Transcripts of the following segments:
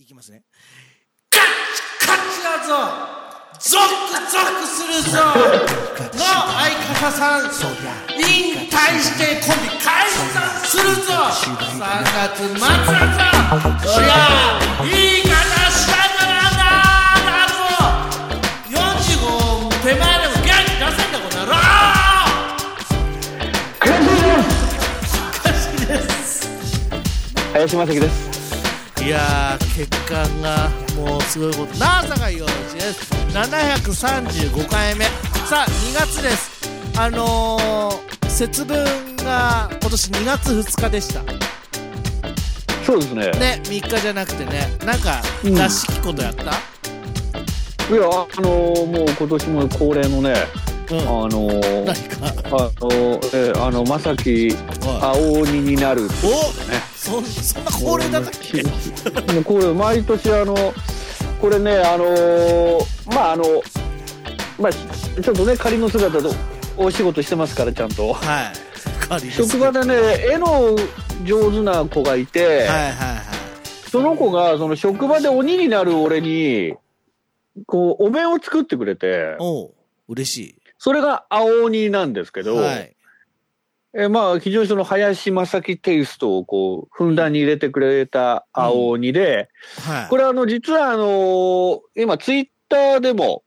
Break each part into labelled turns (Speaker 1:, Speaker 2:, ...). Speaker 1: いきますね。カチカチだぞゾクゾクするぞの相方さん引退してコンビ解散するぞ3月末だぞいやいい方したからなだぞ45手前でも元気出せんだこの野郎おかしいです
Speaker 2: 林正樹です。
Speaker 1: いやー血管がもうすごいことなあさがよろしいです735回目さあ2月ですあのー、節分が今年2月2日でした
Speaker 2: そうですね。
Speaker 1: ね3日じゃなくてねなんか
Speaker 2: うん
Speaker 1: らしきことやった
Speaker 2: いや、あのーもう今年も恒例のね、
Speaker 1: うん、
Speaker 2: あのー
Speaker 1: 何か
Speaker 2: あのーえーあの、正樹、
Speaker 1: おい
Speaker 2: 青鬼になる。
Speaker 1: おそそんな恒例だったっけ
Speaker 2: もう恒例、毎年あの、これね、あのーまああの、まあちょっとね、仮の姿とお仕事してますから、ちゃんと。
Speaker 1: はい仮です
Speaker 2: 職場でね、絵の上手な子がいて、
Speaker 1: はいはいはい
Speaker 2: その子が、その職場で鬼になる俺に、こう、お面を作ってくれて、
Speaker 1: おう嬉し
Speaker 2: それが青鬼なんですけ
Speaker 1: い
Speaker 2: ど、
Speaker 1: はい
Speaker 2: えーまあ、非常にその林正樹テイストをこう、ふんだんに入れてくれた青鬼で、
Speaker 1: はい
Speaker 2: これあの、実はあのー今ツイッターでも、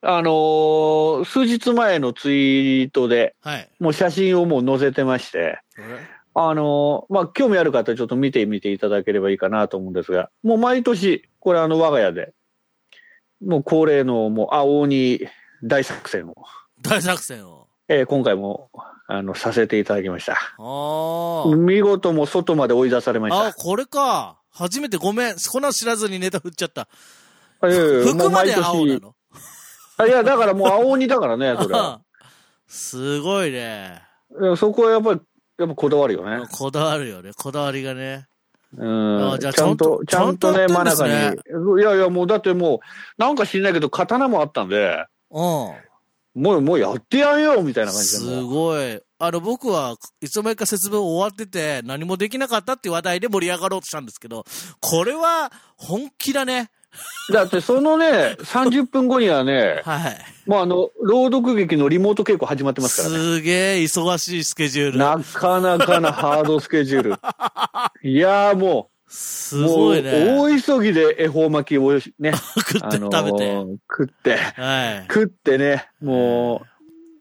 Speaker 2: あのー数日前のツイートで、
Speaker 1: はい
Speaker 2: もう写真をもう載せてまして、あのーまあ、興味ある方はちょっと見てみていただければいいかなと思うんですが、もう毎年、これあの、我が家で、もう恒例のもう青鬼大作戦を、
Speaker 1: 大作戦を
Speaker 2: えー今回も、あの、させていただきました。
Speaker 1: ああ
Speaker 2: 見事もう外まで追い出されまし
Speaker 1: あ、これか。初めてごめん。こんなの知らずにネタ振っちゃった。
Speaker 2: た。ええも
Speaker 1: 服ま
Speaker 2: う毎
Speaker 1: で
Speaker 2: 年
Speaker 1: 青なの
Speaker 2: あいや、だからもう青鬼だからね、それは。
Speaker 1: すごいね。
Speaker 2: いやそこはやっぱり、やっぱこだわるよね。
Speaker 1: こだわるよね。こだわりがね。
Speaker 2: う
Speaker 1: あ
Speaker 2: ん。
Speaker 1: じ
Speaker 2: ち
Speaker 1: ゃあ
Speaker 2: ゃんと、
Speaker 1: ち
Speaker 2: ち
Speaker 1: ゃ
Speaker 2: ゃ
Speaker 1: ん
Speaker 2: ん
Speaker 1: と
Speaker 2: と
Speaker 1: やって
Speaker 2: ね、
Speaker 1: ん
Speaker 2: 真
Speaker 1: です
Speaker 2: 中
Speaker 1: ね
Speaker 2: に。いやいや、もうだってもう、なんか知んないけど、刀もあったんで、
Speaker 1: う。
Speaker 2: もう、もうやってやんよ、みたいなん感じで。
Speaker 1: すごい。あの、僕はいつの間にか節分終わってて、何もできなかったっていう話題で盛り上がろうとしたんですけど、これは本気だね。
Speaker 2: だってそのね、30分後にはね、
Speaker 1: はい。
Speaker 2: もうあの、朗読劇のリモート稽古始まってますからね。
Speaker 1: すげえ忙しいスケジュール。
Speaker 2: なかなかなハードスケジュール。 いやーもう、
Speaker 1: す
Speaker 2: も
Speaker 1: ご
Speaker 2: う
Speaker 1: いね。
Speaker 2: 大急ぎで恵方巻きを ね、
Speaker 1: 食って食べ
Speaker 2: あの
Speaker 1: て。
Speaker 2: ー食って、
Speaker 1: はい。
Speaker 2: 食ってね、も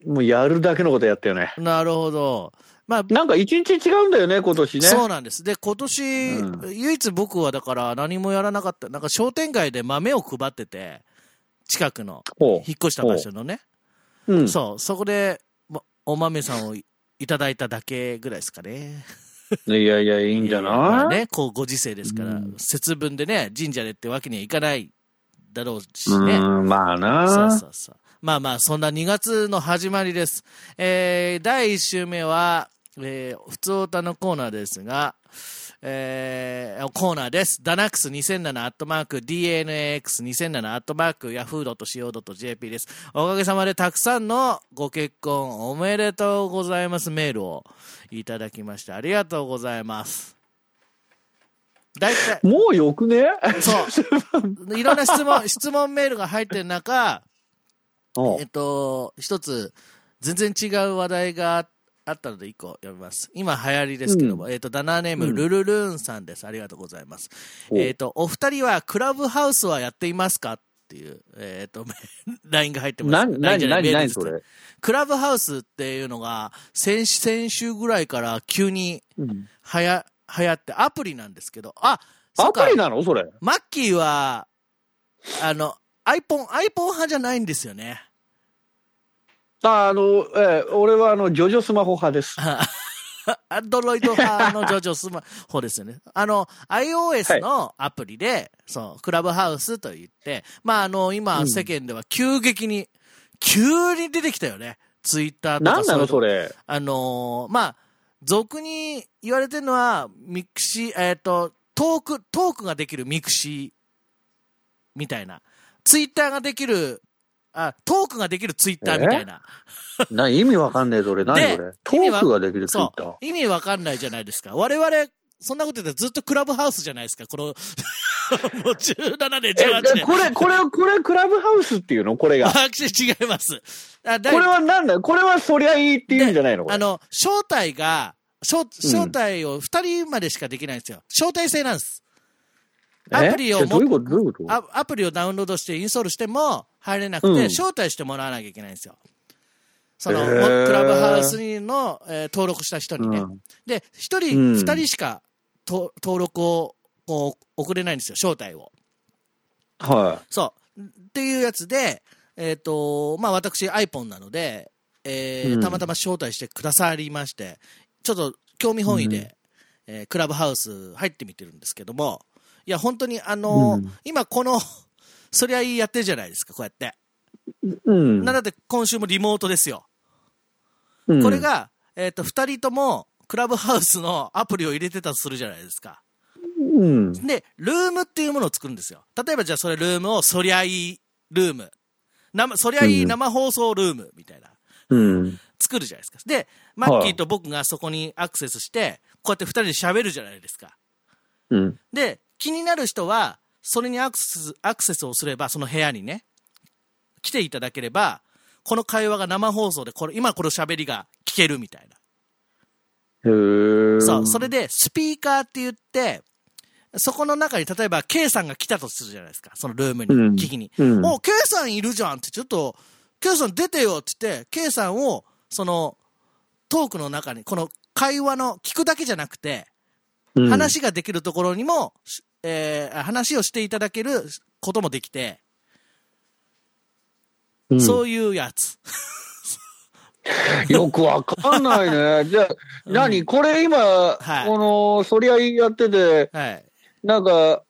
Speaker 2: う、もうやるだけのことやったよね。
Speaker 1: なるほど。まあ、
Speaker 2: なんか一日違うんだよね、今年ね。
Speaker 1: そうなんです。で、今年、
Speaker 2: う
Speaker 1: 唯一僕はだから何もやらなかった、なんか商店街で豆を配ってて、近くの、
Speaker 2: ほ
Speaker 1: 引っ越した場所のね。
Speaker 2: う。うん。
Speaker 1: そう、そこで、ま、お豆さんをいいただいただけぐらいですかね。
Speaker 2: いやいや、いい
Speaker 1: い
Speaker 2: んじゃ
Speaker 1: まあ
Speaker 2: ない、
Speaker 1: ね、こう、ご時世ですから、
Speaker 2: うん
Speaker 1: 節分でね、神社でってわけにはいかないだろうし
Speaker 2: う
Speaker 1: ね。
Speaker 2: ーん、まあな。
Speaker 1: そうそうそう。まあまあ、そんな2月の始まりです。えー、第1週目は、えー、普通歌のコーナーですが、えー、コーナーです。ダナックス2007アットマーク、DNAX2007 アットマーク、yahoo.co.jp です。おかげさまでたくさんのご結婚おめでとうございますメールをいただきまして、ありがとうございます。大体、
Speaker 2: もうよくね
Speaker 1: そう。いろんな質問、質問メールが入ってる中、
Speaker 2: お
Speaker 1: えっと、一つ、全然違う話題があったので、一個読みます。今流行りですけども、えっと、ダナーネーム、
Speaker 2: うん
Speaker 1: ルルルーンさんです。ありがとうございます。
Speaker 2: お
Speaker 1: えっと、お二人はクラブハウスはやっていますかっていう、えっと、 メ LINE が入ってます。
Speaker 2: な、
Speaker 1: LINE
Speaker 2: な
Speaker 1: じ
Speaker 2: に
Speaker 1: ゃな
Speaker 2: ない
Speaker 1: メ
Speaker 2: に
Speaker 1: ー
Speaker 2: な
Speaker 1: ル
Speaker 2: に
Speaker 1: です
Speaker 2: それ。
Speaker 1: クラブハウスっていうのが、先先週ぐらいから急に
Speaker 2: うん
Speaker 1: はや、流行って、アプリなんですけど、あ、そ
Speaker 2: ア
Speaker 1: っか
Speaker 2: プリなのそれ。
Speaker 1: マッキーは、あの、iPhone、iPhone 派じゃないんですよね。
Speaker 2: ああの、えー俺はあの、ジョジョスマホ派です。
Speaker 1: アンドロイド派のジョジョス マホですよね。あの、iOS のアプリで、そう、クラブハウスと言って、まあ、あの、今、
Speaker 2: うん
Speaker 1: 世間では急激に、急に出てきたよね。ツイッターとか
Speaker 2: なんな
Speaker 1: うい
Speaker 2: の
Speaker 1: うとこ
Speaker 2: それ。
Speaker 1: あのーまあ、俗に言われてるのは、ミクシー、えっ、と、トーク、トークができるミクシー、みたいな。ツイッターができる、あ、トークができるツイッターみたいな。
Speaker 2: な、意味わかんねえ、それ。何
Speaker 1: で
Speaker 2: それ。ト
Speaker 1: 意味わ
Speaker 2: ークができるツイッ
Speaker 1: そ
Speaker 2: ター
Speaker 1: う。。意味わかんないじゃないですか。我々、そんなこと言ったらずっとクラブハウスじゃないですか。この もう17年、18
Speaker 2: え、
Speaker 1: 年。
Speaker 2: これ、これ、これ、クラブハウスっていうのこれが。こ
Speaker 1: あ違います。あだい
Speaker 2: れはなんだこれはそりゃいいっていうんじゃないのこ
Speaker 1: あ
Speaker 2: れ。
Speaker 1: の、招待が、招招待を2人までしかできないんですよ。招待制なんです。
Speaker 2: え
Speaker 1: アプリを
Speaker 2: じゃあど
Speaker 1: も
Speaker 2: ういうことどういうこと
Speaker 1: アアプリをダウンロードしてインストールしても入れなくて、
Speaker 2: うん
Speaker 1: 招待してもらわなきゃいけないんですよ。その、
Speaker 2: へ
Speaker 1: も
Speaker 2: ー
Speaker 1: クラブハウスの、えー登録した人にね。
Speaker 2: うん
Speaker 1: で、1人、
Speaker 2: うん
Speaker 1: 2人しかと登録をこう送れないんですよ、招待を。
Speaker 2: は
Speaker 1: そう。っていうやつで、えっ、と、まあ、私、iPhone なので、えー
Speaker 2: うん
Speaker 1: たまたま招待してくださりまして、ちょっと興味本位で、えークラブハウス入ってみてるんですけども、いや、本当にあの、
Speaker 2: うん
Speaker 1: 今この、そりゃいいやってるじゃないですか、こうやって。
Speaker 2: い。うん。
Speaker 1: なので、今週もリモートですよ。
Speaker 2: うん
Speaker 1: これ、が、えっ、と、二人とも、クラブハウスのアプリを入れてたとするじゃないですか。
Speaker 2: うん。
Speaker 1: で、ルームっていうものを作るんですよ。例えばじゃあそれルームを、そりゃいいルーム。生、そりゃいい生放送ルームみたいな。
Speaker 2: うん。
Speaker 1: 作るじゃないですか。で、マッキーと僕がそこにアクセスして、こうやって二人で喋るじゃないですか。
Speaker 2: うん。
Speaker 1: で、気になる人は、それにアクセス、アクセスをすれば、その部屋にね、来ていただければ、この会話が生放送で、これ、今この喋りが聞けるみたいな。
Speaker 2: へー
Speaker 1: そう、それで、スピーカーって言って、そこの中に、例えば、K さんが来たとするじゃないですか、そのルームに、
Speaker 2: うん
Speaker 1: 聞きに。
Speaker 2: うん
Speaker 1: お、K さんいるじゃんって、ちょっと、K さん出てよって言って、K さんを、その、トークの中に、この会話の、聞くだけじゃなくて、
Speaker 2: うん
Speaker 1: 話ができるところにも、しえー話をしていただけることもできて、
Speaker 2: うん
Speaker 1: そういうやつ。
Speaker 2: よくわかんな いね。じゃあ、
Speaker 1: うん
Speaker 2: 何これ今、
Speaker 1: はい
Speaker 2: この、そりゃいいやってて、
Speaker 1: はい。
Speaker 2: なんか、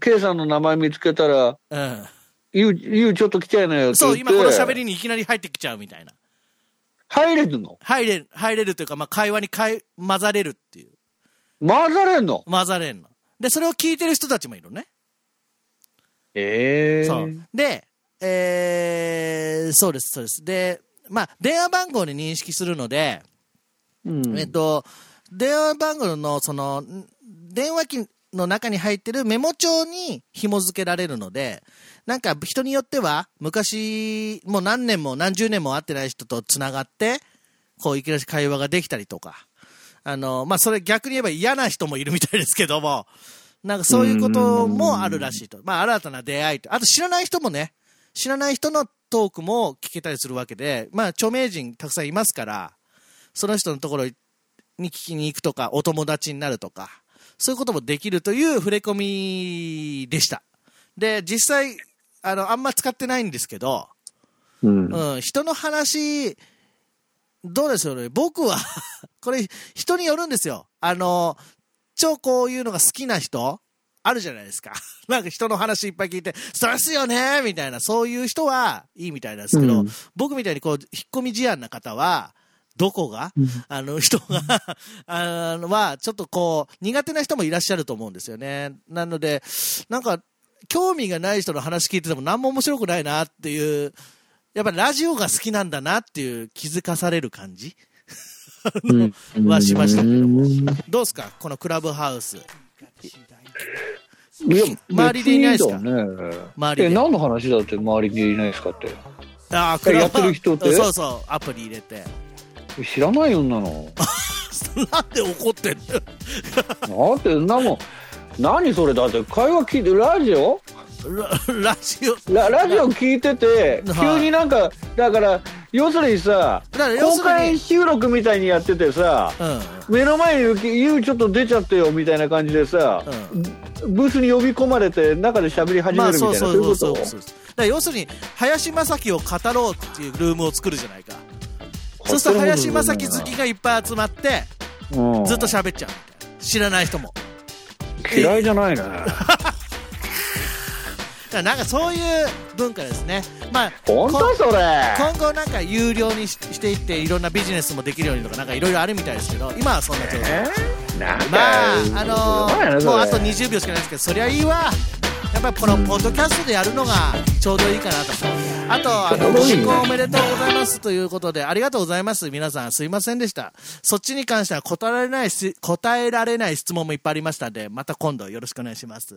Speaker 2: K さんの名前見つけたら、
Speaker 1: うん。
Speaker 2: ゆう、ゆうちょっと来ちゃいなよって
Speaker 1: そ
Speaker 2: 言っ
Speaker 1: う、
Speaker 2: て。
Speaker 1: 今この喋りにいきなり入ってきちゃうみたいな。
Speaker 2: 入れるの
Speaker 1: 入れ、入れるというか、まあ、会話にかい混ざれるっていう。
Speaker 2: 混ざれんの
Speaker 1: 混ざれんの。で、それを聞いてる人たちもいるのね。
Speaker 2: ええ
Speaker 1: そう。で、えー、そうです、そうです。で、まあ、電話番号に認識するので、
Speaker 2: うん。
Speaker 1: えっと、電話番号の、その、ん電話機の中に入ってるメモ帳に紐付けられるので、なんか人によっては、昔、もう何年も何十年も会ってない人と繋がって、こういきなり会話ができたりとか、あの、まあ、それ逆に言えば嫌な人もいるみたいですけども、なんかそういうこともあるらしいと。まあ、新たな出会いと。あと知らない人もね、知らない人のトークも聞けたりするわけで、まあ、著名人たくさんいますから、その人のところに聞きに行くとか、お友達になるとか、そういうこともできるという触れ込みでした。で、実際、あの、あんま使ってないんですけど、
Speaker 2: うん。
Speaker 1: うん、人の話、どうでしょうね。僕は、 これ、人によるんですよ。あの、超こういうのが好きな人、あるじゃないですか。 なんか人の話いっぱい聞いて、そうですよねみたいな、そういう人はいいみたいなんですけど、
Speaker 2: うん
Speaker 1: 僕みたいにこう、引っ込み思案な方は、どこが
Speaker 2: うん
Speaker 1: あの人が あのはちょっとこう苦手な人もいらっしゃると思うんですよね。なのでなんか興味がない人の話聞いてても何も面白くないなっていうやっぱりラジオが好きなんだなっていう気づかされる感じ
Speaker 2: うん
Speaker 1: はしましたけども
Speaker 2: うん
Speaker 1: どうですかこのクラブハウス
Speaker 2: いや、
Speaker 1: 周りでいないですか
Speaker 2: 別にだね
Speaker 1: 周りで
Speaker 2: え、何の話だって周りでいないですかって。
Speaker 1: あー
Speaker 2: えやってる人って
Speaker 1: そうそうアプリ入れて
Speaker 2: 知らないよ、んなの。
Speaker 1: なんで怒ってんの
Speaker 2: だって、んなもん。何それだって会話聞いてラジオ
Speaker 1: ララジオ
Speaker 2: ララジオ聞いてて
Speaker 1: はい
Speaker 2: 急になんか、だから要するにさ
Speaker 1: だから要
Speaker 2: 公
Speaker 1: する
Speaker 2: 開
Speaker 1: に
Speaker 2: 収録みたいにやっててさ
Speaker 1: うんうん
Speaker 2: 目の前にゆきゆうちょっと出ちゃってよみたいな感じでさ、ブースに呼び込まれて中で喋り始め
Speaker 1: ま
Speaker 2: る
Speaker 1: あ
Speaker 2: みたい
Speaker 1: そう
Speaker 2: な、
Speaker 1: そう
Speaker 2: そう
Speaker 1: そうそううそう
Speaker 2: いこ
Speaker 1: だから要するに林正樹を語ろうっていうルームを作るじゃないか
Speaker 2: と
Speaker 1: そうすると林正樹好きがいっぱい集まって
Speaker 2: うん
Speaker 1: ずっと喋っちゃうみたいな知らない人も
Speaker 2: 嫌いじ ゃないね
Speaker 1: だからなんかそういう文化ですねまあ
Speaker 2: 本
Speaker 1: こ
Speaker 2: 当それ
Speaker 1: 今後なんか有料にししていっていろんなビジネスもできるようにとかなんかいろいろあるみたいですけど今はそんな状態
Speaker 2: えなんか
Speaker 1: まああの
Speaker 2: すごいな
Speaker 1: ー
Speaker 2: それ
Speaker 1: もうあと20秒しかないですけどそりゃいいわやっぱりこのポッドキャストでやるのがちょうどいいかなとあとあのご結婚おめでとうございますということでありがとうございます皆さんすいませんでしたそっちに関しては答えられないし答えられない質問もいっぱいありましたんでまた今度よろしくお願いします